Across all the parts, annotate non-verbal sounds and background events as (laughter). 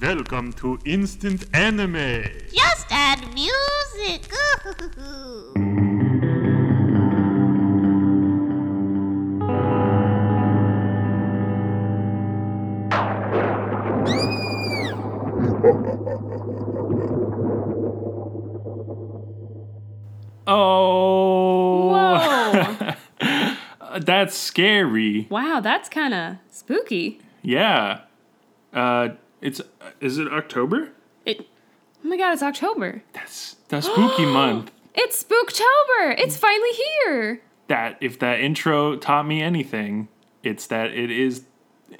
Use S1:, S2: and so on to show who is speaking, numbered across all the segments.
S1: Welcome to Instant Anime.
S2: Just add music. Ooh.
S3: Oh.
S4: Whoa.
S3: That's scary.
S4: wow, that's kind of spooky.
S3: Yeah. Uh, it's is it October?
S4: It. Oh my god, it's October.
S3: That's the spooky month.
S4: It's Spooktober. It's finally here.
S3: That if that intro taught me anything, it's that it is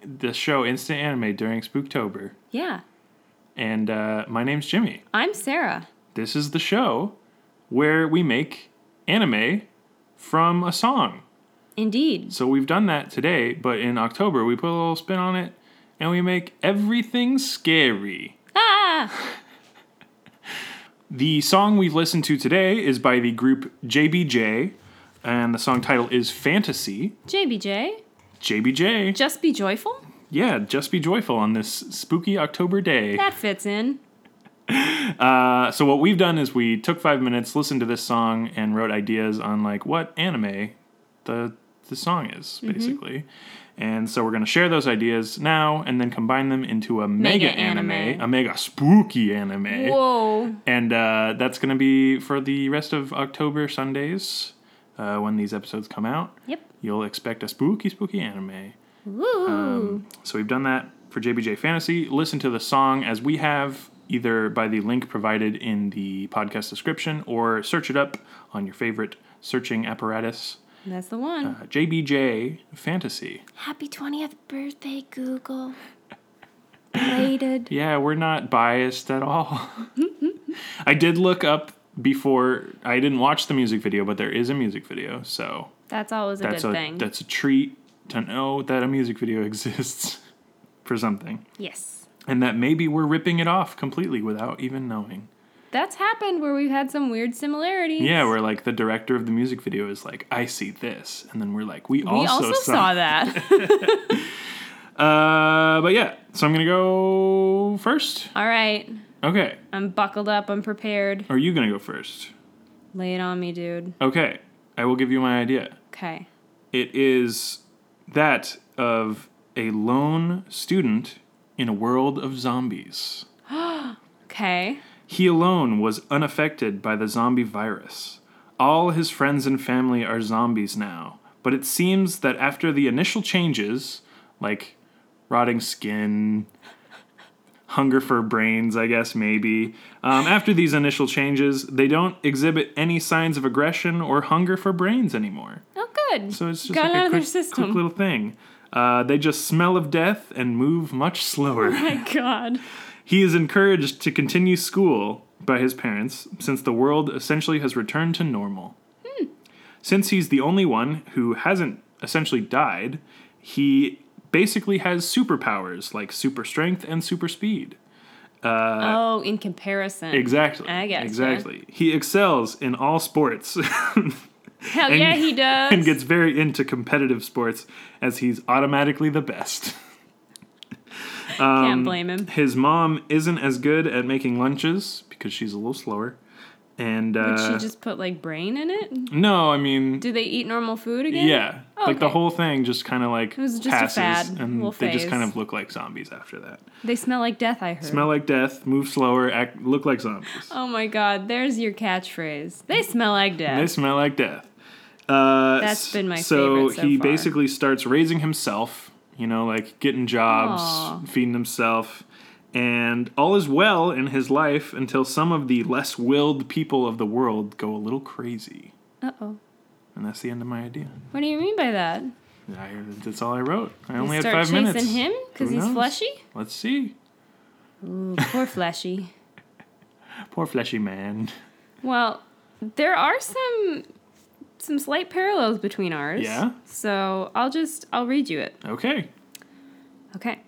S3: the show instant anime during Spooktober.
S4: Yeah,
S3: And uh, my name's Jimmy.
S4: I'm Sarah.
S3: This is the show where we make anime from a song.
S4: Indeed.
S3: So we've done that today, but in October we put a little spin on it and we make everything scary.
S4: Ah,
S3: The song we've listened to today is by the group JBJ, and the song title is Fantasy.
S4: JBJ.
S3: JBJ.
S4: Just be joyful.
S3: Yeah, just be joyful on this spooky October day.
S4: That fits in.
S3: Uh, so, what we've done is we took five minutes, listened to this song, and wrote ideas on like what anime the, the song is,
S4: Mm-hmm.
S3: basically. And so, we're going to share those ideas now and then combine them into a mega,
S4: Mega
S3: anime,
S4: anime.
S3: a mega spooky anime.
S4: Whoa.
S3: And uh, that's going to be for the rest of October Sundays uh, when these episodes come out.
S4: Yep.
S3: You'll expect a spooky, spooky anime.
S4: Ooh.
S3: Um, So we've done that for JBJ Fantasy. Listen to the song as we have, either by the link provided in the podcast description or search it up on your favorite searching apparatus.
S4: that's the one.
S3: Uh, JBJ Fantasy.
S4: Happy 20th birthday, Google. Belated.
S3: Yeah, we're not biased at all. (laughs) I did look up before, I didn't watch the music video, but there is a music video, so.
S4: That's always a
S3: that's
S4: good
S3: a
S4: thing.
S3: that's a treat to know that a music video (laughs) exists for something
S4: yes.
S3: and that maybe we're ripping it off completely without even knowing
S4: That's happened where we've had some weird similarities.
S3: yeah where like the director of the music video is like i see this and then we're like we,
S4: we also, saw that.
S3: (laughs) uh but yeah so i'm gonna go first
S4: All right.
S3: okay
S4: I'm buckled up. I'm prepared.
S3: are you gonna go first
S4: Lay it on me, dude.
S3: okay i will give you my idea
S4: Okay.
S3: it is that of a lone student in a world of zombies
S4: Okay.
S3: He alone was unaffected by the zombie virus. All his friends and family are zombies now, but it seems that after the initial changes, like rotting skin, hunger for brains, I guess, maybe, um, after these initial changes, they don't exhibit any signs of aggression or hunger for brains anymore.
S4: Oh, good.
S3: So it's just
S4: got
S3: like
S4: out
S3: a
S4: of their
S3: quick, quick
S4: system.
S3: little thing. Uh, they just smell of death and move much
S4: (laughs)
S3: slower.
S4: (laughs) My God.
S3: He is encouraged to continue school by his parents since the world essentially has returned to normal. Since he's the only one who hasn't essentially died, he basically has superpowers like super strength and super speed. Uh,
S4: oh, in comparison.
S3: Exactly.
S4: I gotcha.
S3: Exactly. He excels in all sports (laughs)
S4: Hell
S3: and-
S4: yeah, he does.
S3: and gets very into competitive sports as he's automatically the best. um,
S4: Can't blame him.
S3: His mom isn't as good at making lunches because she's a little slower. And uh,
S4: Would she just put like brain in it?
S3: No, I mean,
S4: Do they eat normal food again?
S3: yeah,
S4: Oh,
S3: like the
S4: okay.
S3: whole thing just kind of like
S4: was just a
S3: passes,
S4: fad,
S3: and
S4: little
S3: they just
S4: phase.
S3: kind of look like zombies after that.
S4: They smell like death, I heard.
S3: Smell like death, move slower, act look like zombies.
S4: oh my God, there's your catchphrase. They smell like death.
S3: They smell like death. Uh,
S4: That's been my
S3: so
S4: favorite so
S3: he
S4: far.
S3: basically starts raising himself, you know, like getting jobs,
S4: Aw.
S3: feeding himself, and all is well in his life until some of the less willed people of the world go a little crazy,
S4: Uh oh.
S3: and that's the end of my idea.
S4: What do you mean by that?
S3: I, that's all I wrote. I only had
S4: you start
S3: five
S4: chasing
S3: minutes.
S4: him because
S3: Who
S4: he's
S3: knows?
S4: fleshy?
S3: Let's see.
S4: Ooh, poor fleshy.
S3: Poor fleshy man.
S4: Well, there are some some slight parallels between ours.
S3: Yeah?
S4: So I'll just I'll read you it.
S3: Okay.
S4: Okay.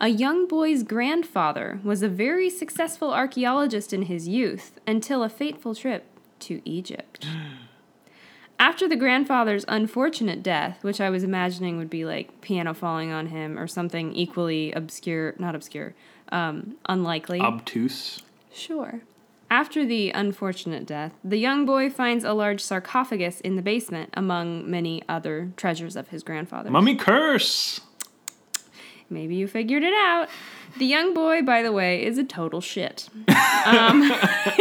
S4: A young boy's grandfather was a very successful archaeologist in his youth until a fateful trip to Egypt. After the grandfather's unfortunate death, which I was imagining would be like piano falling on him or something equally obscure, not obscure, um, unlikely.
S3: Obtuse.
S4: Sure. After the unfortunate death, the young boy finds a large sarcophagus in the basement among many other treasures of his grandfather.
S3: Mummy curse.
S4: Maybe you figured it out. The young boy, by the way, is a total shit.
S3: (laughs)
S4: Um, (laughs)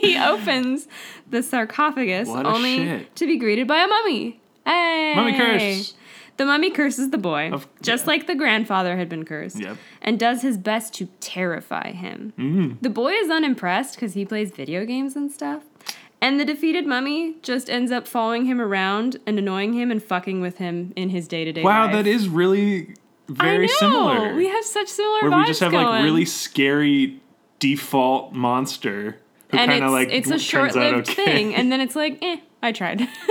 S4: he opens the sarcophagus
S3: What a
S4: only
S3: shit.
S4: to be greeted by a mummy. Hey!
S3: Mummy curse.
S4: The mummy curses the boy,
S3: Of-
S4: just like the grandfather had been cursed,
S3: Yep. Mm-hmm.
S4: and does his best to terrify him. The boy is unimpressed because he plays video games and stuff. And the defeated mummy just ends up following him around and annoying him and fucking with him in his day to day
S3: Wow,
S4: life.
S3: that is really very
S4: I know.
S3: similar.
S4: We have such similar
S3: where
S4: vibes
S3: we just have
S4: going.
S3: like really scary default monster who
S4: and
S3: kind
S4: it's,
S3: of like
S4: it's a
S3: turns out
S4: short-lived
S3: okay.
S4: thing, and then it's like, eh, I tried.
S3: (laughs)
S4: (laughs)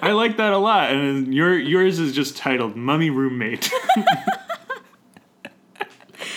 S3: I like that a lot, and then your yours is just titled "Mummy
S4: (laughs)
S3: Roommate." (laughs)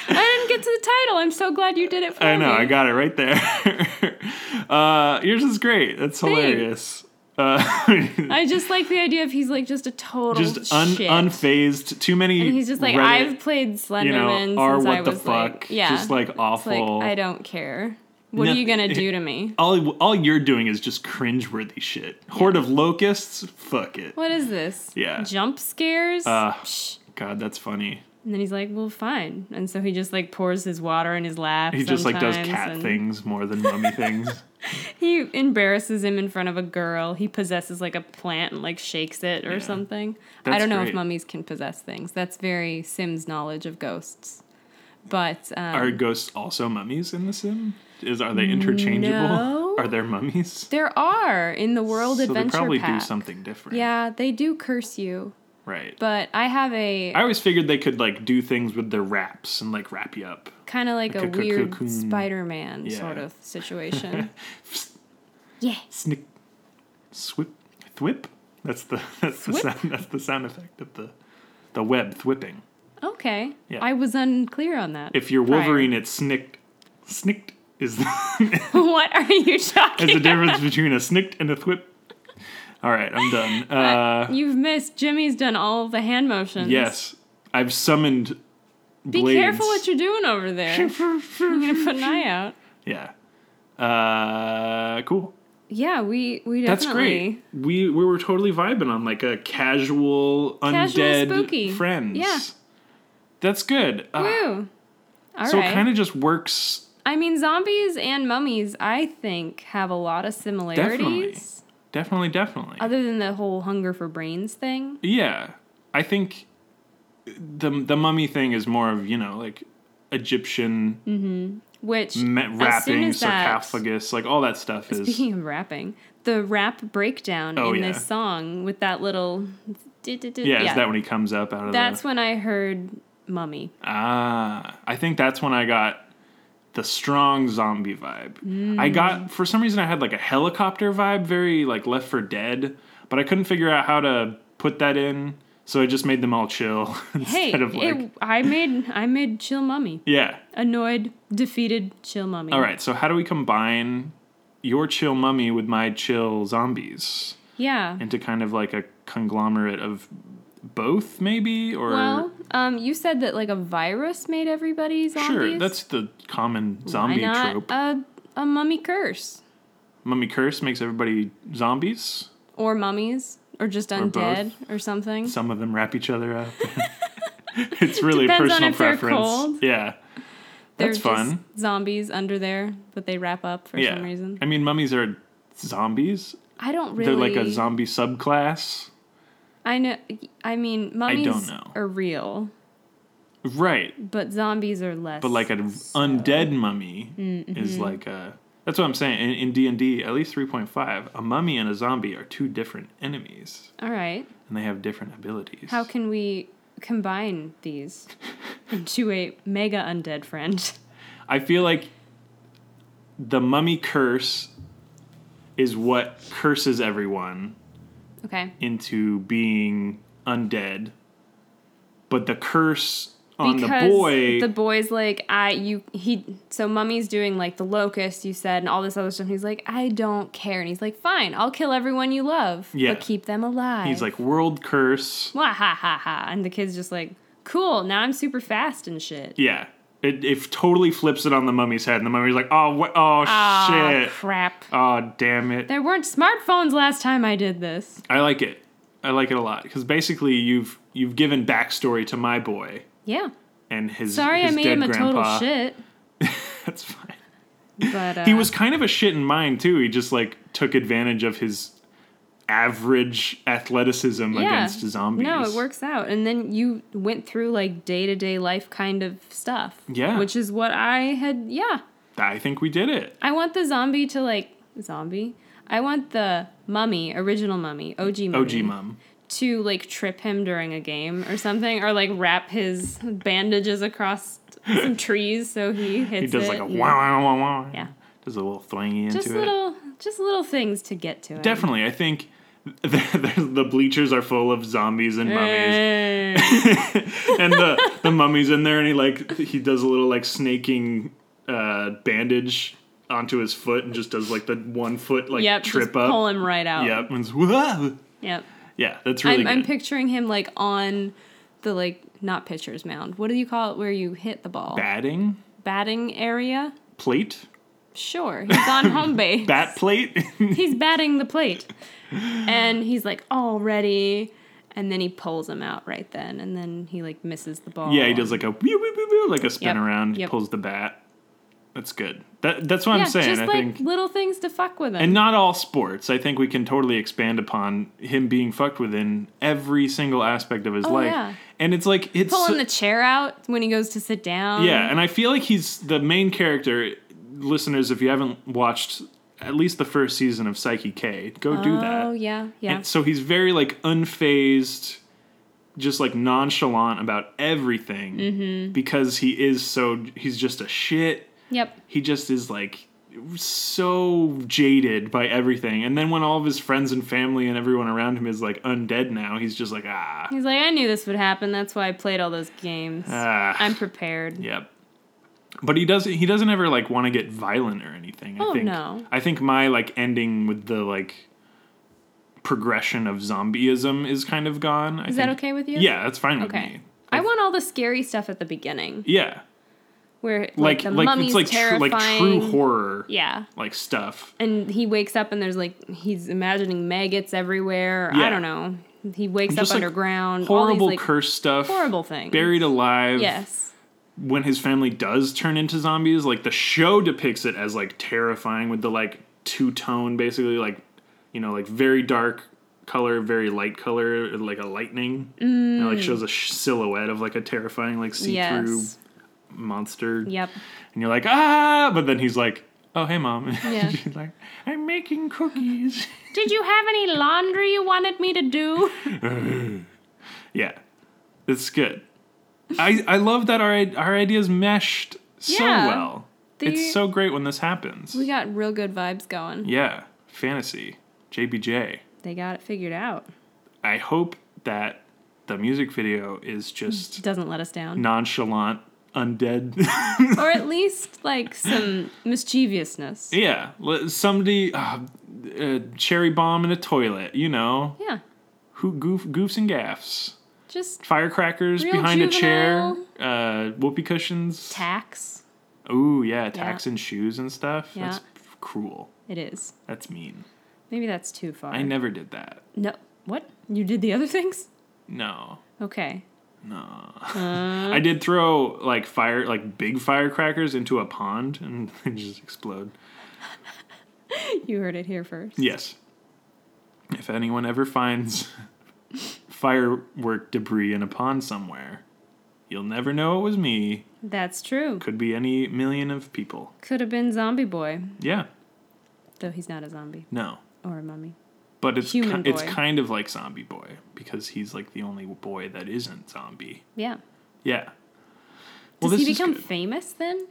S4: I didn't get to the title. I'm so glad you did it for
S3: I know,
S4: me.
S3: I got it right there. (laughs) uh, yours is great. That's hilarious. Uh, (laughs)
S4: I just like the idea of he's like just a total
S3: just un-
S4: shit.
S3: unfazed. Too many.
S4: and he's just like,
S3: Reddit,
S4: I've played Slenderman
S3: you know, are
S4: since
S3: what
S4: I
S3: the
S4: was
S3: fuck?
S4: like, yeah,
S3: Just like
S4: It's like,
S3: awful.
S4: I don't care. What
S3: No-
S4: are you gonna do to me?
S3: all all you're doing is just cringeworthy shit. Horde of locusts. Fuck it.
S4: What is this?
S3: Yeah.
S4: jump scares.
S3: Uh,
S4: Psh.
S3: God, that's funny.
S4: and then he's like, well, fine. And so he just like pours his water in his lap.
S3: He just like does
S4: sometimes
S3: cat
S4: and-
S3: things more than mummy
S4: (laughs)
S3: things.
S4: He embarrasses him in front of a girl. He possesses like a plant and like shakes it or
S3: Yeah.
S4: something. I
S3: That's
S4: don't know
S3: great.
S4: if mummies can possess things. That's very Sim's knowledge of ghosts. But um,
S3: Are ghosts also mummies in the sim? Is are they interchangeable?
S4: No.
S3: Are there mummies?
S4: there are in the World
S3: so
S4: Adventure
S3: they probably
S4: Pack.
S3: do something different.
S4: Yeah, they do curse you.
S3: Right.
S4: But I have a
S3: I always figured they could like do things with their wraps and like wrap you up.
S4: kind of like a
S3: Like a
S4: weird
S3: cocoon.
S4: Spider-Man
S3: Yeah.
S4: sort of situation.
S3: (laughs)
S4: yeah.
S3: Snick, swip, thwip. That's the (laughs) that's the
S4: Thwip?
S3: sound that's the sound effect of the the web thwipping.
S4: Okay.
S3: Yeah.
S4: I was unclear on that. (laughs)
S3: If you're
S4: prior.
S3: Wolverine, it's snicked. Snicked is (laughs) the,
S4: what are you talking?
S3: is the difference between a snicked and a thwip. All right, I'm done. Uh,
S4: You've missed. Jimmy's done all the hand motions.
S3: Yes, I've summoned.
S4: Be careful what you're doing over (laughs) there. I'm gonna put an eye out.
S3: (laughs) Yeah. Uh, cool.
S4: Yeah, we we definitely
S3: That's great. We we were totally vibing on like a casual,
S4: Casual,
S3: undead
S4: spooky.
S3: friends.
S4: Yeah.
S3: That's good. Uh,
S4: Woo. All right.
S3: so it kind of just works.
S4: I mean, zombies and mummies, I think, have a lot of similarities.
S3: Definitely. Definitely, definitely.
S4: Other than the whole hunger for brains thing.
S3: yeah, I think the the mummy thing is more of you know like Egyptian
S4: Which
S3: ma-
S4: Mm-hmm. as soon
S3: wrapping,
S4: as that-
S3: sarcophagus, like all that stuff is.
S4: Speaking of rapping, the rap breakdown
S3: Oh,
S4: in
S3: yeah.
S4: this song with that little
S3: (laughs) yeah, is that when he comes up out of the?
S4: That's when I heard mummy.
S3: Ah, I think that's when I got the strong zombie vibe. I
S4: Mm.
S3: got for some reason I had like a helicopter vibe, very like Left for Dead, but I couldn't figure out how to put that in, so I just made them all chill (laughs)
S4: Hey,
S3: instead of like
S4: it, I made I made chill mummy.
S3: yeah.
S4: Annoyed, defeated chill mummy.
S3: All right, so how do we combine your chill mummy with my chill zombies
S4: Yeah.
S3: into kind of like a conglomerate of both, maybe or.
S4: Well, um, you said that like a virus made everybody zombies.
S3: Sure, that's the common
S4: Why
S3: zombie
S4: not Uh,
S3: trope.
S4: A, a mummy curse
S3: Mummy curse makes everybody zombies.
S4: or mummies or just
S3: both.
S4: undead or, something.
S3: some of them wrap each other
S4: (laughs)
S3: up. it's really a
S4: Depends on
S3: personal
S4: if they're
S3: preference.
S4: cold.
S3: Yeah.
S4: They're
S3: That's
S4: just
S3: fun.
S4: Zombies under there, but they wrap up for
S3: yeah.
S4: some reason.
S3: I mean, mummies are zombies.
S4: I don't really.
S3: They're like a zombie subclass.
S4: I know. I mean, mummies
S3: know.
S4: are real,
S3: Right.
S4: but zombies are less.
S3: But like an undead mummy
S4: Mm-hmm.
S3: is like a That's what I'm saying. In, in D&D, at least 3.5, a mummy and a zombie are two different enemies
S4: all right.
S3: and they have different abilities.
S4: How can we combine these (laughs) into a mega undead friend? (laughs)
S3: I feel like the mummy curse is what curses everyone
S4: Okay.
S3: into being undead, but the curse on
S4: because
S3: the boy.
S4: the boy's like I you he so mummy's doing like the locust you said and all this other stuff. And he's like I don't care, and he's like fine, I'll kill everyone you love,
S3: Yeah.
S4: but keep them alive.
S3: he's like world curse.
S4: Wah ha ha ha, and the kid's just like cool. Now I'm super fast and shit.
S3: Yeah, it, it totally flips it on the mummy's head, and the mummy's like, oh, wha- oh,
S4: Aw,
S3: shit,
S4: crap.
S3: oh, damn it.
S4: There weren't smartphones last time I did this.
S3: I like it. I like it a lot because basically you've you've given backstory to my boy
S4: Yeah.
S3: and his.
S4: Sorry, I
S3: his
S4: made
S3: dead
S4: him a
S3: grandpa.
S4: total shit.
S3: (laughs) That's fine.
S4: But uh,
S3: He was kind of a shit in mind too. He just like took advantage of his average athleticism against zombies.
S4: No, it works out. And then you went through like day to day life kind of stuff.
S3: Yeah.
S4: Which is what I had. Yeah.
S3: I think we did it.
S4: I want the zombie to like. Zombie? I want the mummy, original mummy, OG mummy.
S3: OG mom.
S4: To like trip him during a game or something or like wrap his bandages across some trees so he hits
S3: (laughs) He does
S4: it.
S3: like a
S4: and-
S3: wow wow wow wow.
S4: Yeah.
S3: Does a little thingy
S4: Just
S3: into it.
S4: little, just little things to get to it.
S3: Definitely, I think (laughs) the, the, the bleachers are full of zombies and mummies.
S4: Eh. Hey.
S3: and the the mummy's in there, and he like he does a little like snaking uh, bandage onto his foot, and just does like the one foot like
S4: yep,
S3: trip
S4: just
S3: up.
S4: pull him right out.
S3: Yep, and it's, "Whoa."
S4: Yep.
S3: yeah, that's really
S4: I'm, I'm
S3: good.
S4: picturing him like on the like not pitcher's mound. What do you call it where you hit the ball?
S3: Batting
S4: Batting area?
S3: plate,
S4: Sure. He's on
S3: (laughs)
S4: home base.
S3: bat plate. (laughs)
S4: he's batting the plate. And he's like all ready and then he pulls him out right then and then he like misses the ball.
S3: yeah, he does like a wee, wee, wee, wee, like a spin
S4: Yep,
S3: around,
S4: yep.
S3: pulls the bat. That's good. That that's what
S4: yeah,
S3: I'm saying.
S4: just
S3: I
S4: like
S3: think.
S4: little things to fuck with him.
S3: and not all sports. I think we can totally expand upon him being fucked with in every single aspect of his
S4: Oh,
S3: life.
S4: yeah.
S3: And it's like it's
S4: Pulling
S3: so-
S4: the chair out when he goes to sit down.
S3: Yeah, and I feel like he's the main character. Listeners, if you haven't watched at least the first season of Psyche K, go do that.
S4: Oh yeah, yeah.
S3: And so he's very like unfazed, just like nonchalant about everything
S4: Mm-hmm.
S3: because he is so he's just a shit.
S4: yep.
S3: He just is like so jaded by everything. And then when all of his friends and family and everyone around him is like undead now, he's just like ah.
S4: He's like, I knew this would happen. That's why I played all those games.
S3: ah.
S4: I'm prepared.
S3: Yep. But he doesn't. He doesn't ever like want to get violent or anything. I
S4: Oh,
S3: think,
S4: no.
S3: I think my like ending with the like progression of zombieism is kind of gone. I
S4: Is that
S3: think-
S4: okay with you?
S3: Yeah, that's fine with
S4: Okay.
S3: me.
S4: I want all the scary stuff at the beginning,
S3: Yeah,
S4: where like,
S3: like
S4: the
S3: like,
S4: mummy's
S3: it's like tr-
S4: terrifying.
S3: like true horror
S4: Yeah,
S3: like stuff.
S4: and he wakes up and there's like he's imagining maggots everywhere. I
S3: Yeah.
S4: don't know. He wakes up
S3: Just, like,
S4: underground.
S3: Horrible
S4: all these, like,
S3: curse stuff.
S4: horrible things.
S3: Buried alive.
S4: Yes.
S3: When his family does turn into zombies, like the show depicts it as like terrifying with the like two tone, basically like you know, like very dark color, very light color, like a lightning. And it, like shows a sh- silhouette of like a terrifying like see through
S4: Yes.
S3: monster.
S4: Yep.
S3: And you're like ah, but then he's like, oh hey mom. (laughs)
S4: Yeah.
S3: And she's like, I'm making cookies. (laughs)
S4: Did you have any laundry you wanted me to do?
S3: Yeah, it's good. I I love that our i- our ideas meshed so
S4: Yeah.
S3: well. (laughs)
S4: They-
S3: it's so great when this happens.
S4: we got real good vibes going.
S3: yeah, fantasy, JBJ.
S4: They got it figured out.
S3: I hope that the music video is just
S4: Doesn't let us down.
S3: nonchalant undead. (laughs)
S4: or at least like some mischievousness.
S3: yeah, let- somebody uh, uh, cherry bomb in a toilet. You know,
S4: Yeah,
S3: who goof goofs and gaffs.
S4: just
S3: Firecrackers
S4: Real
S3: behind
S4: juvenile.
S3: a chair, uh, whoopee cushions.
S4: tax.
S3: Ooh, yeah, tacks and shoes and stuff.
S4: Yeah.
S3: That's f- cruel.
S4: It is.
S3: That's mean.
S4: Maybe that's too far.
S3: I never did that.
S4: No. What? You did the other (laughs) things?
S3: No,
S4: Okay.
S3: no.
S4: Mm-hmm.
S3: I did throw like fire, like big firecrackers into a pond and (laughs) they just explode.
S4: You heard it here first.
S3: Yes. If anyone ever finds firework debris in a pond somewhere, you'll never know it was me.
S4: That's true.
S3: Could be any million of people.
S4: Could have been Zombie Boy,
S3: Yeah.
S4: though he's not a zombie
S3: No.
S4: or a mummy.
S3: But it's ki-
S4: Human
S3: it's
S4: boy.
S3: kind of like Zombie Boy because he's like the only boy that isn't zombie.
S4: Yeah.
S3: Yeah.
S4: Does
S3: this
S4: he
S3: is
S4: become
S3: good.
S4: famous then?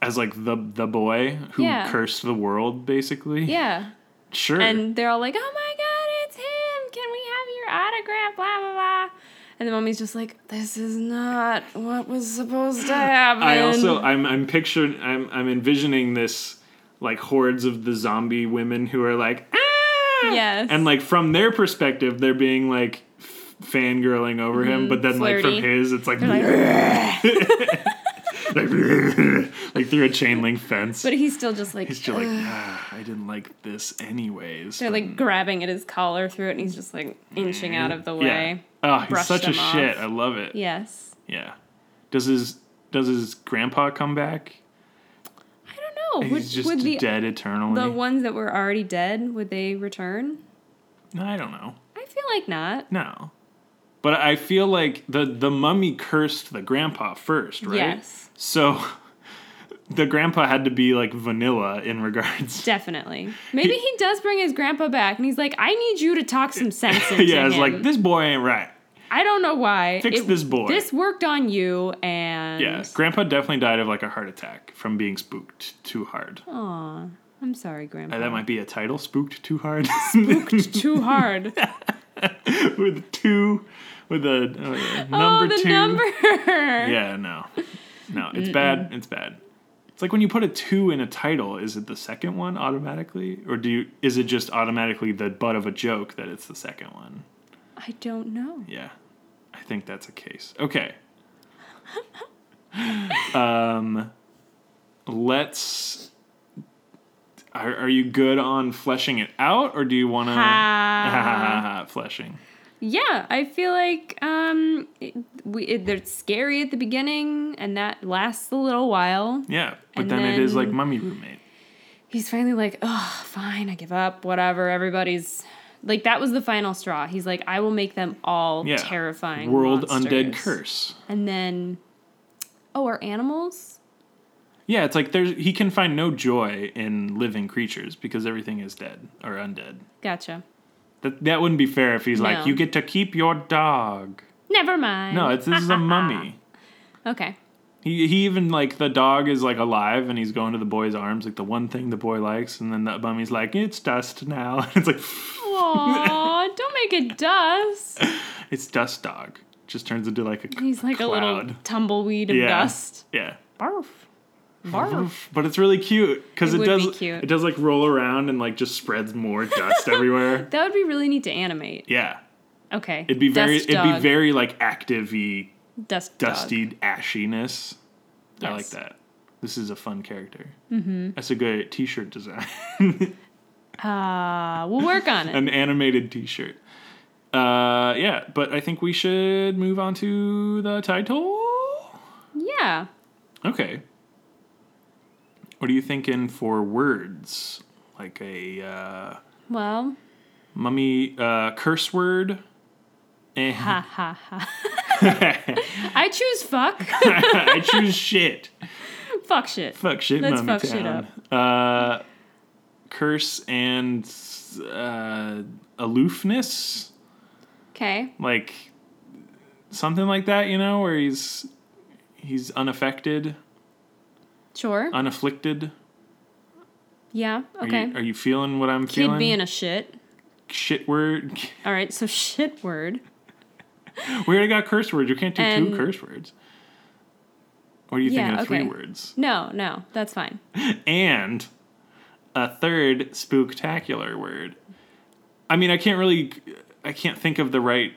S3: as like the the boy who
S4: Yeah.
S3: cursed the world basically
S4: Yeah.
S3: sure
S4: And they're all like, "Oh my god, it's him! Can we have your autograph?" Blah blah blah. And the mummy's just like, this is not what was supposed to
S3: (laughs)
S4: happen.
S3: I also I'm I'm picturing I'm I'm envisioning this like hordes of the zombie women who are like ah!
S4: Yes.
S3: and like from their perspective they're being like f- fangirling over him but then like
S4: Mm-hmm. flirty.
S3: from his it's like
S4: Like,
S3: (laughs) like, (laughs) through a
S4: (laughs)
S3: chain link fence.
S4: but he's still just like,
S3: He's just like ah, I didn't like this anyways.
S4: they're like grabbing at his collar through it, and he's just like inching out of the
S3: yeah.
S4: way.
S3: Oh, he's
S4: Brush
S3: such a
S4: them off.
S3: shit. I love it. Yeah.
S4: Yes.
S3: Does his does his grandpa come back?
S4: I don't know. Would,
S3: He's just
S4: would the,
S3: dead eternally.
S4: the ones that were already dead, would they return?
S3: I don't know.
S4: I feel like not.
S3: No. But I feel like the the mummy cursed the grandpa first, right?
S4: Yes.
S3: So (laughs) the grandpa had to be like vanilla in regards.
S4: Definitely. Maybe he does bring his grandpa back, and he's like, "I need you to
S3: (laughs)
S4: talk some sense into
S3: yeah, it's
S4: him.
S3: like this boy ain't right.
S4: I don't know why.
S3: Fix this boy.
S4: This worked on you, and
S3: Yeah, grandpa definitely died of like a heart attack from being spooked too hard.
S4: Aw, I'm sorry,
S3: Uh,
S4: grandpa.
S3: That might be a title, spooked too hard.
S4: (laughs) Too hard.
S3: (laughs) with two, with a uh,
S4: oh,
S3: number
S4: the
S3: two.
S4: number.
S3: (laughs) Yeah, no, no, it's bad. It's bad. It's like when you put a two in a title, is it the second one automatically, or do you? Is it just automatically the butt of a joke that it's the second one?
S4: (laughs) I don't know.
S3: Yeah, I think that's a case.
S4: (laughs)
S3: Okay. um, let's. Are, are you good on fleshing it out, or do you want
S4: Ah.
S3: to (laughs) fleshing?
S4: yeah, I feel like um, it, we, it, they're scary at the beginning, and that lasts a little while.
S3: Yeah, but
S4: And
S3: then, it is like
S4: then-
S3: mummy roommate.
S4: he's finally like, oh, fine, I give up, whatever. Everybody's like, that was the final straw. He's like, I will make them all
S3: Yeah,
S4: terrifying.
S3: world undead
S4: monsters."
S3: curse.
S4: And then, oh, are animals?
S3: Yeah, it's like there's he can find no joy in living creatures because everything is dead or undead.
S4: Gotcha.
S3: That that wouldn't be fair if he's
S4: No.
S3: like you get to keep your dog.
S4: Never mind.
S3: No, it's
S4: (laughs)
S3: this is a mummy.
S4: okay.
S3: He he even like the dog is like alive and he's going to the boy's arms like the one thing the boy likes and then the mummy's like it's dust now. (laughs) it's like
S4: Aw, don't make it dust.
S3: it's dust dog. Just turns into like a c-
S4: He's like a little
S3: cloud.
S4: tumbleweed of
S3: yeah. Mm-hmm.
S4: dust.
S3: Yeah.
S4: Barf. Barf.
S3: But it's really cute because
S4: It
S3: it,
S4: would
S3: does
S4: be cute.
S3: it does like roll around and like just spreads more
S4: (laughs)
S3: dust everywhere.
S4: That would be really neat to animate.
S3: Yeah.
S4: Okay.
S3: It'd be very
S4: Dust
S3: it'd be
S4: dog.
S3: very like active-y,
S4: dust dog.
S3: dusty ashiness. I like
S4: Yes.
S3: that. This is a fun character. Mm-hmm. That's a good t-shirt design. (laughs)
S4: Ah, we'll work on it.
S3: An animated t-shirt. Uh yeah, but I think we should move on to the title.
S4: yeah.
S3: Okay. What are you thinking for words? Like a uh
S4: Well.
S3: mummy uh curse word? Eh.
S4: Ha ha ha. I choose fuck.
S3: (laughs) I choose shit.
S4: fuck shit.
S3: Fuck shit,
S4: Let's
S3: mommy
S4: fuck
S3: town.
S4: shit
S3: Uh, curse and uh, aloofness,
S4: Okay.
S3: like something like that, you know, where he's he's unaffected,
S4: Sure.
S3: unafflicted.
S4: yeah.
S3: Uh, Are
S4: Okay.
S3: You, are you feeling what I'm
S4: Kid
S3: feeling?
S4: being a shit.
S3: shit word. (laughs)
S4: All right. So (laughs) shit word.
S3: We already got curse words. You can't do
S4: And-
S3: two curse words. What are you thinking
S4: Yeah,
S3: of
S4: okay.
S3: three words?
S4: No, no, that's fine.
S3: and a third spooktacular word. I mean, I can't really, I can't think of the right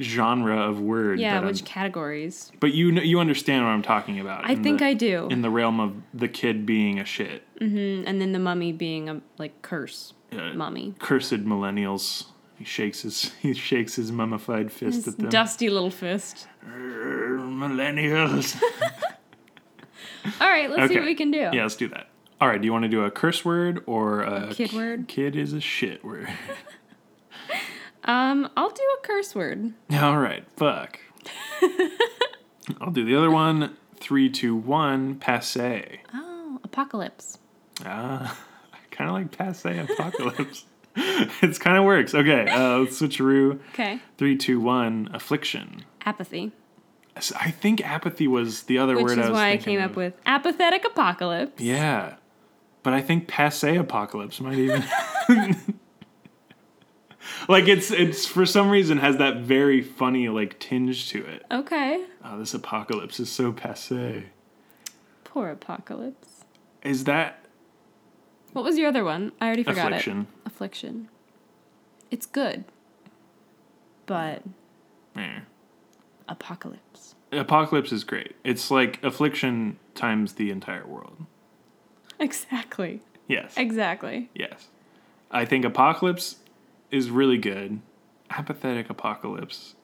S3: genre of word.
S4: Yeah.
S3: that I'm-
S4: Which categories?
S3: but you kn- you understand what I'm talking about.
S4: I
S3: in
S4: think
S3: the-
S4: I do.
S3: In the realm of the kid being a shit,
S4: Mm, And then the mummy being a like curse.
S3: Yeah.
S4: Mummy.
S3: cursed millennials. He shakes his (laughs) he shakes his mummified fist
S4: His
S3: at them.
S4: dusty little fist.
S3: "Grr,
S4: (laughs)
S3: millennials.
S4: All right. Let's see
S3: Okay.
S4: what we can do.
S3: yeah, let's do that. All right. Do you want to do a curse word or a,
S4: kid
S3: ki-
S4: word?
S3: Kid is a shit word.
S4: Um, I'll do a curse word.
S3: All right, fuck. I'll do the other one. Three, two, one. Passe.
S4: Oh, apocalypse.
S3: Ah, I kind of like passe apocalypse. it's kind of works. Okay, uh, let's switcheroo.
S4: Okay.
S3: Three, two, one. Affliction.
S4: Apathy.
S3: S- I think apathy was the other
S4: Which
S3: word I
S4: is
S3: was
S4: why I
S3: thinking
S4: came
S3: of.
S4: up with apathetic apocalypse.
S3: Yeah, but I think passe apocalypse might even. (laughs) like it's it's for some reason has that very funny like tinge to it.
S4: Okay.
S3: Oh, this apocalypse is so passe.
S4: Poor Apocalypse.
S3: Is that
S4: What was your other one? I already forgot
S3: Affliction.
S4: it. Affliction. It's good. But
S3: eh.
S4: Apocalypse.
S3: apocalypse is great. It's like affliction times the entire world.
S4: Exactly.
S3: Yes.
S4: Exactly.
S3: Yes. I think Apocalypse is really good. Apathetic Apocalypse.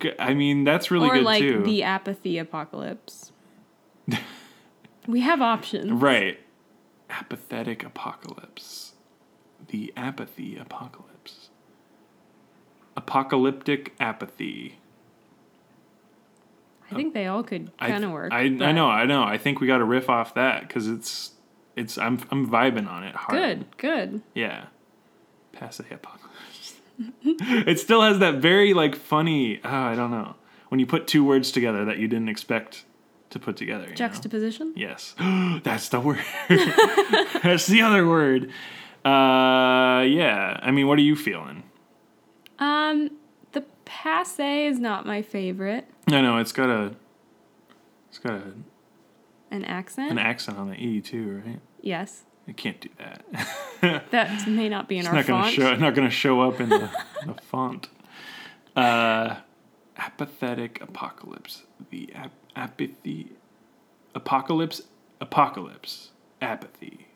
S3: G- I mean, that's really
S4: or
S3: good
S4: like
S3: too.
S4: the apathy apocalypse. we have options.
S3: right. Apathetic Apocalypse. The apathy apocalypse. Apocalyptic apathy.
S4: I think they all could
S3: I th-
S4: kind of work.
S3: I, I
S4: but-
S3: know, I know. I think we got to riff off that because it's, it's. I'm, I'm vibing on it hard.
S4: Good, good.
S3: Yeah. Passe apocalypse. (laughs) it still has that very like funny, oh, I don't know. When you put two words together that you didn't expect to put together. you know?
S4: Juxtaposition?
S3: Yes. (gasps) That's the word. (laughs) That's the other word. Uh yeah. I mean, what are you feeling?
S4: Um, the passe is not my favorite.
S3: I know it's got a it's got a,
S4: An accent?
S3: an accent on the E too, right?
S4: yes.
S3: It can't do that.
S4: That may not be in
S3: It's
S4: our
S3: not gonna
S4: font.
S3: show. Not gonna show up in the, the
S4: (laughs)
S3: font. Uh, apathetic apocalypse. The ap- apathy. Apocalypse. Apocalypse. Apathy.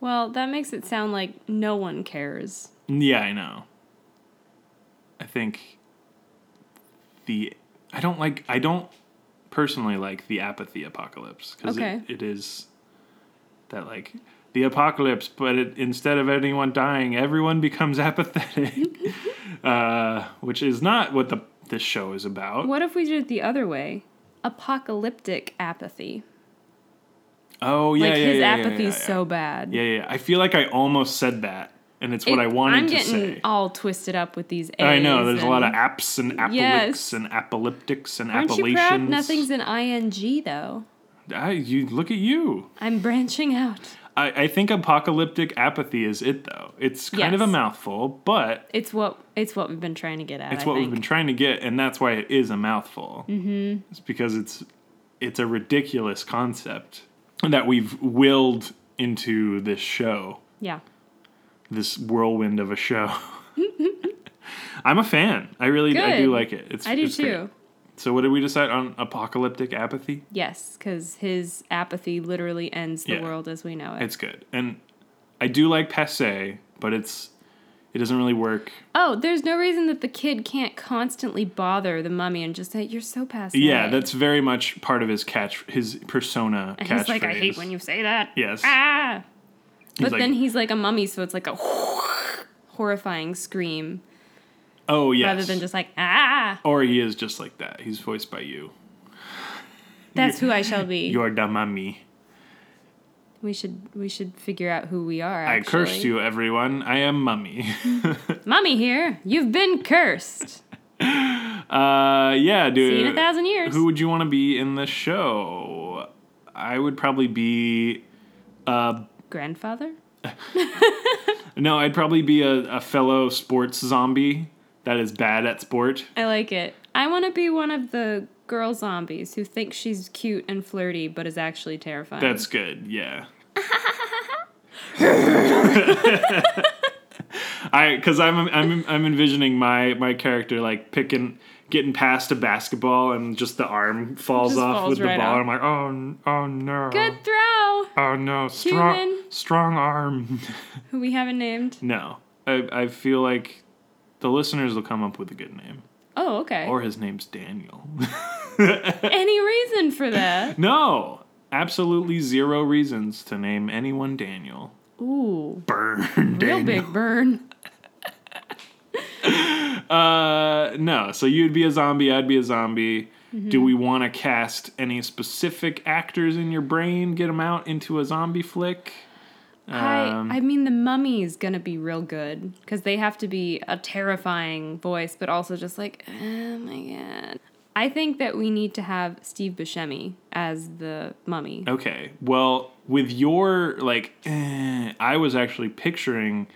S4: Well, that makes it sound like no one cares.
S3: Yeah, I know. I think. The I don't like. I don't personally like the apathy apocalypse because
S4: Okay.
S3: it, it is that like the apocalypse, but it, instead of anyone dying, everyone becomes (laughs) apathetic.
S4: (laughs)
S3: uh, which is not what the this show is about.
S4: What if we did it the other way? Apocalyptic apathy.
S3: Oh yeah,
S4: like
S3: yeah,
S4: his
S3: yeah, yeah,
S4: apathy
S3: yeah,
S4: is
S3: yeah.
S4: so bad.
S3: Yeah, yeah. I feel like I almost said that, and it's what
S4: It-
S3: I wanted
S4: I'm
S3: to
S4: getting
S3: say.
S4: all twisted up with these. A's
S3: I know there's a lot of
S4: and-
S3: apps and apolix
S4: Yes.
S3: and apocalyptics and
S4: Aren't you
S3: appellations.
S4: proud? Nothing's an ing though.
S3: I, you look at you.
S4: I'm branching out.
S3: I, I think apocalyptic apathy is it though. It's kind of a
S4: Yes.
S3: mouthful, but
S4: It's what it's what we've been trying to get at.
S3: it's
S4: I
S3: what
S4: think.
S3: we've been trying to get, and that's why it is a mouthful. Mm-hmm. It's because it's it's a ridiculous concept that we've willed into this show,
S4: yeah.
S3: this whirlwind of a show.
S4: (laughs)
S3: I'm a fan. I really I
S4: Good.
S3: do like it. It's
S4: I do
S3: it's great.
S4: too.
S3: So what did we decide on apocalyptic apathy?
S4: Yes, because his apathy literally ends the
S3: Yeah.
S4: world as we know it.
S3: It's good, and I do like passe, but it's it doesn't really work.
S4: oh, there's no reason that the kid can't constantly bother the mummy and just say, "You're so passive."
S3: Yeah, that's very much part of his catch, his persona.
S4: And he's like, "I hate when you say that."
S3: Yes.
S4: Ah. But
S3: like-
S4: then he's like a mummy, so it's like a (laughs) horrifying scream
S3: Oh yes.
S4: rather than just like ah.
S3: Or he is just like that. He's voiced by you.
S4: That's who I shall be.
S3: You're the mummy.
S4: We should we should figure out who we are.
S3: I
S4: Actually.
S3: cursed you, everyone. I am mummy. (laughs)
S4: mummy. Here, you've been cursed.
S3: uh, yeah, dude.
S4: See you in a thousand years.
S3: Who would you want to be in the show? I would probably be. Uh,
S4: Grandfather.
S3: no, I'd probably be a, a fellow sports zombie that is bad at sport.
S4: I like it. I want to be one of the girl zombies who thinks she's cute and flirty, but is actually terrifying.
S3: That's good.
S4: (laughs)
S3: Yeah. I because I'm I'm I'm envisioning my my character like picking getting past a basketball and just the arm falls
S4: Just
S3: off
S4: falls
S3: with
S4: right
S3: the ball.
S4: off.
S3: I'm like oh n- oh no
S4: good throw.
S3: oh no strong
S4: Human.
S3: strong arm.
S4: Who we haven't named.
S3: no, I I feel like the listeners will come up with a good name
S4: Oh, okay.
S3: or his name's Daniel. (laughs)
S4: Any reason for that?
S3: no, absolutely zero reasons to name anyone Daniel.
S4: Ooh,
S3: Burn
S4: real
S3: Daniel.
S4: big burn.
S3: Uh, no. So you'd be a zombie, I'd be a zombie. Do we want to cast any specific actors in your brain? Get them out into a zombie flick. Um,
S4: I I mean, the mummy is gonna be real good because they have to be a terrifying voice, but also just like, oh my god. I think that we need to have Steve Buscemi as the mummy.
S3: Okay. Well, with your like, eh, I was actually picturing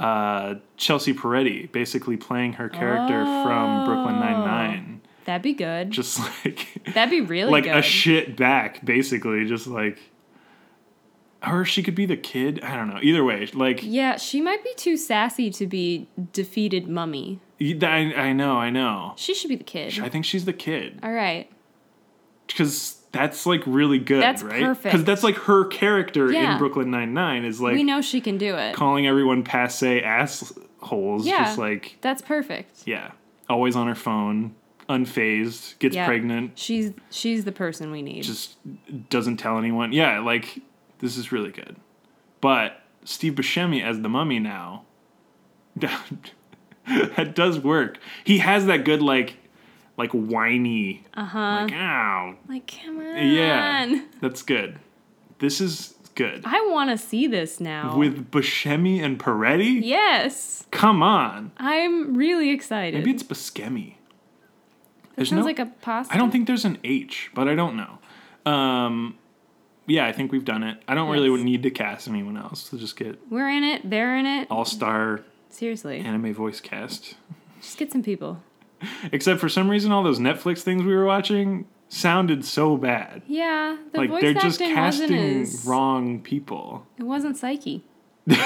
S3: uh, Chelsea Peretti basically playing her character from Brooklyn Nine Nine,
S4: That'd be good.
S3: just (laughs) like
S4: That'd be really
S3: like
S4: good.
S3: a shit back, basically, just like. Or she could be the kid. I don't know. Either way, like
S4: yeah, she might be too sassy to be defeated mummy.
S3: y- I, I know, I know.
S4: She should be the kid.
S3: I think she's the kid
S4: All right.
S3: because that's like really good,
S4: That's
S3: right? Because
S4: perfect.
S3: that's like her character
S4: Yeah.
S3: in Brooklyn Nine Nine is like
S4: we know she can do it.
S3: calling everyone passe assholes.
S4: Yeah.
S3: Just like
S4: That's perfect.
S3: yeah, always on her phone, unfazed, gets
S4: Yeah.
S3: pregnant,
S4: She's she's the person we need.
S3: just doesn't tell anyone. Yeah, like this is really good. But Steve Buscemi as the mummy now, (laughs) that does work. He has that good like, like whiny,
S4: uh-huh.
S3: like ow,
S4: Like, come on.
S3: yeah, that's good. This is good
S4: I want to see this now.
S3: with Buscemi and Peretti.
S4: Yes.
S3: Come on,
S4: I'm really excited.
S3: maybe it's Buscemi.
S4: that
S3: there's
S4: sounds
S3: no-
S4: like a pasta.
S3: I don't think there's an H, but I don't know. Um, yeah, I think we've done it. I don't really
S4: Yes.
S3: need to cast anyone else. We'll just get
S4: We're in it. They're in it.
S3: all star
S4: Seriously.
S3: anime voice cast.
S4: Just get some people.
S3: Except for some reason, all those Netflix things we were watching sounded so bad.
S4: Yeah. The
S3: like
S4: voice
S3: they're
S4: acting
S3: just casting
S4: wasn't as,
S3: wrong people.
S4: It wasn't
S3: (laughs)
S4: Psyche. it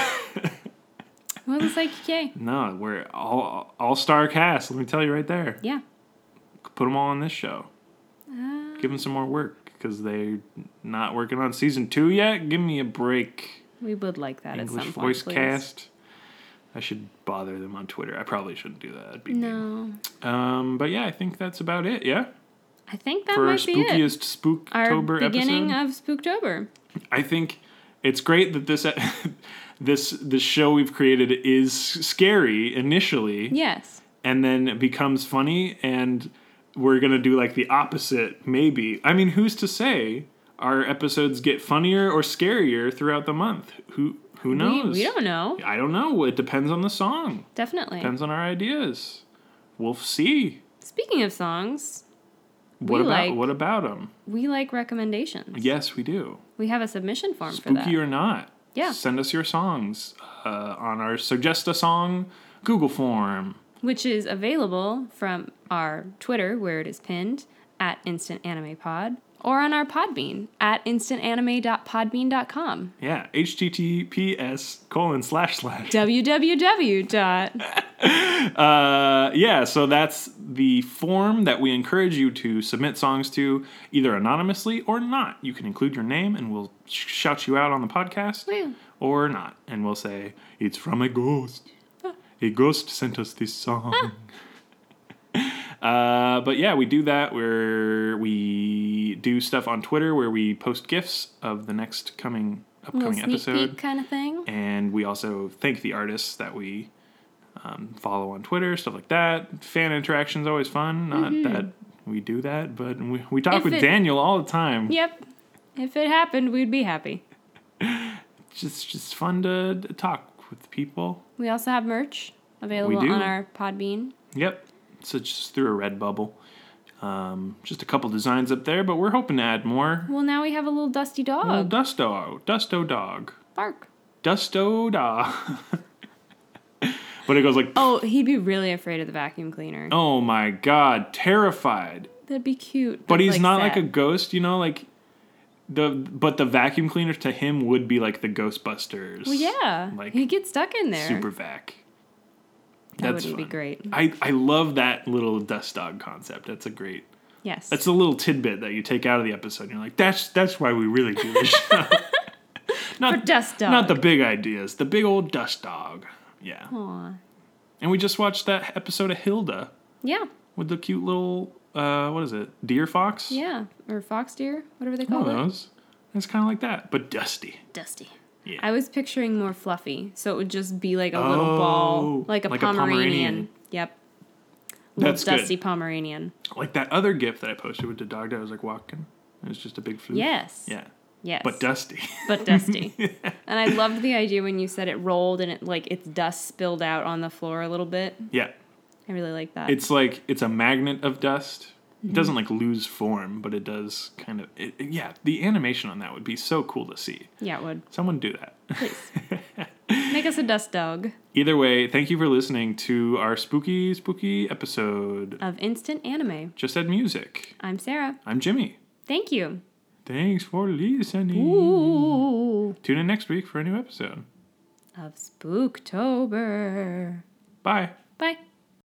S4: wasn't Psyche K.
S3: No, we're all all star cast. Let me tell you right there.
S4: Yeah.
S3: Put them all on this show.
S4: Ah.
S3: Give them some more work because they're not working on season two yet. Give me a break.
S4: We would like that at
S3: English
S4: some point.
S3: voice
S4: please.
S3: cast. I should bother them on Twitter. I probably shouldn't do that. That'd be mean.
S4: No.
S3: Um, but yeah, I think that's about it. Yeah,
S4: I think that
S3: for our
S4: might be it.
S3: spookiest
S4: Our
S3: spooktober
S4: beginning
S3: episode.
S4: of Spooktober.
S3: I think it's great that this e (laughs) this this show we've created is scary initially,
S4: Yes.
S3: and then it becomes funny, and we're gonna do like the opposite. Maybe I mean, who's to say? Our episodes get funnier or scarier throughout the month. Who who
S4: We,
S3: knows?
S4: we don't know.
S3: I don't know. It depends on the song.
S4: Definitely.
S3: Depends on our ideas. We'll see.
S4: Speaking of songs,
S3: What
S4: We
S3: about
S4: like-
S3: what about them?
S4: we like recommendations.
S3: Yes, we do.
S4: We have a submission form for that.
S3: Spooky or not.
S4: Yeah.
S3: Send us your songs uh, on our suggest a song Google form.
S4: which is available from our Twitter, where it is pinned, at Instant Anime Pod, or on our Podbean at instantanime.podbean.com.
S3: Yeah. HTTPS colon slash slash.
S4: www. dot.
S3: Uh, yeah. So that's the form that we encourage you to submit songs to, either anonymously or not. You can include your name, and we'll sh- shout you out on the podcast.
S4: Yeah.
S3: or not. And we'll say, it's from a ghost. A ghost sent us this song. (laughs) uh, but yeah, we do that where we do stuff on Twitter where we post gifs of the next coming
S4: Little
S3: upcoming
S4: sneak
S3: episode.
S4: peek kind of thing.
S3: And we also thank the artists that we um, follow on Twitter, stuff like that. Fan interaction's always fun. Not that we do that, but we, we talk
S4: Mm-hmm. If
S3: with
S4: it-
S3: Daniel all the time.
S4: Yep. If it happened, we'd be happy.
S3: Just just fun to to talk with people.
S4: We also have merch available
S3: do.
S4: on our Podbean.
S3: Yep. So just through a red bubble. Um, just a couple designs up there, but we're hoping to add more.
S4: Well, now we have a little dusty dog.
S3: Oh, Dusto, Dusto dog,
S4: Bark.
S3: Dusto dog. (laughs) but it goes like,
S4: Oh, he'd be really afraid of the vacuum cleaner.
S3: oh my god, terrified.
S4: That'd be cute.
S3: But he's not like
S4: sad.
S3: a ghost, you know, like the but the vacuum cleaner to him would be like the Ghostbusters.
S4: Well, yeah.
S3: like
S4: he gets stuck in there.
S3: super vac.
S4: that
S3: That's
S4: wouldn't be
S3: fun.
S4: great.
S3: I I love that little dust dog concept. That's a great
S4: Yes.
S3: That's a little tidbit that you take out of the episode. And you're like, that's that's why we really do this
S4: (laughs)
S3: show. (laughs) not,
S4: For Dust Dog.
S3: Not the big ideas, the big old dust dog. Yeah.
S4: Aw.
S3: And we just watched that episode of Hilda
S4: Yeah.
S3: with the cute little uh, what is it? Deer fox?
S4: Yeah. Or fox deer, whatever they
S3: One
S4: call
S3: of
S4: it.
S3: those. Oh, It's kinda like that, but dusty.
S4: Dusty.
S3: Yeah.
S4: I was picturing more fluffy, so it would just be like a
S3: Oh,
S4: little ball, like a
S3: like a
S4: Pomeranian.
S3: Pomeranian.
S4: Yep. Little
S3: That's good.
S4: dusty Pomeranian.
S3: like that other gift that I posted with the dog that was like walking. It was just a big flute.
S4: Yes.
S3: Mm. Yeah.
S4: Yes.
S3: But dusty. (laughs)
S4: But dusty. and I loved the idea when you said it rolled and it like its dust spilled out on the floor a little bit.
S3: yeah.
S4: I really like that.
S3: it's like it's a magnet of dust.
S4: Mm-hmm.
S3: It doesn't like lose form, but it does kind of. It, it- yeah, the animation on that would be so cool to see.
S4: yeah, it would.
S3: Someone do that.
S4: Please. Make Make us a dust dog
S3: (laughs) Either way, thank you for listening to our spooky, spooky episode.
S4: of instant anime.
S3: Just add music.
S4: I'm Sarah.
S3: I'm Jimmy.
S4: Thank you.
S3: Thanks for listening.
S4: Ooh,
S3: Tune in next week for a new episode.
S4: of Spooktober.
S3: Bye.
S4: Bye.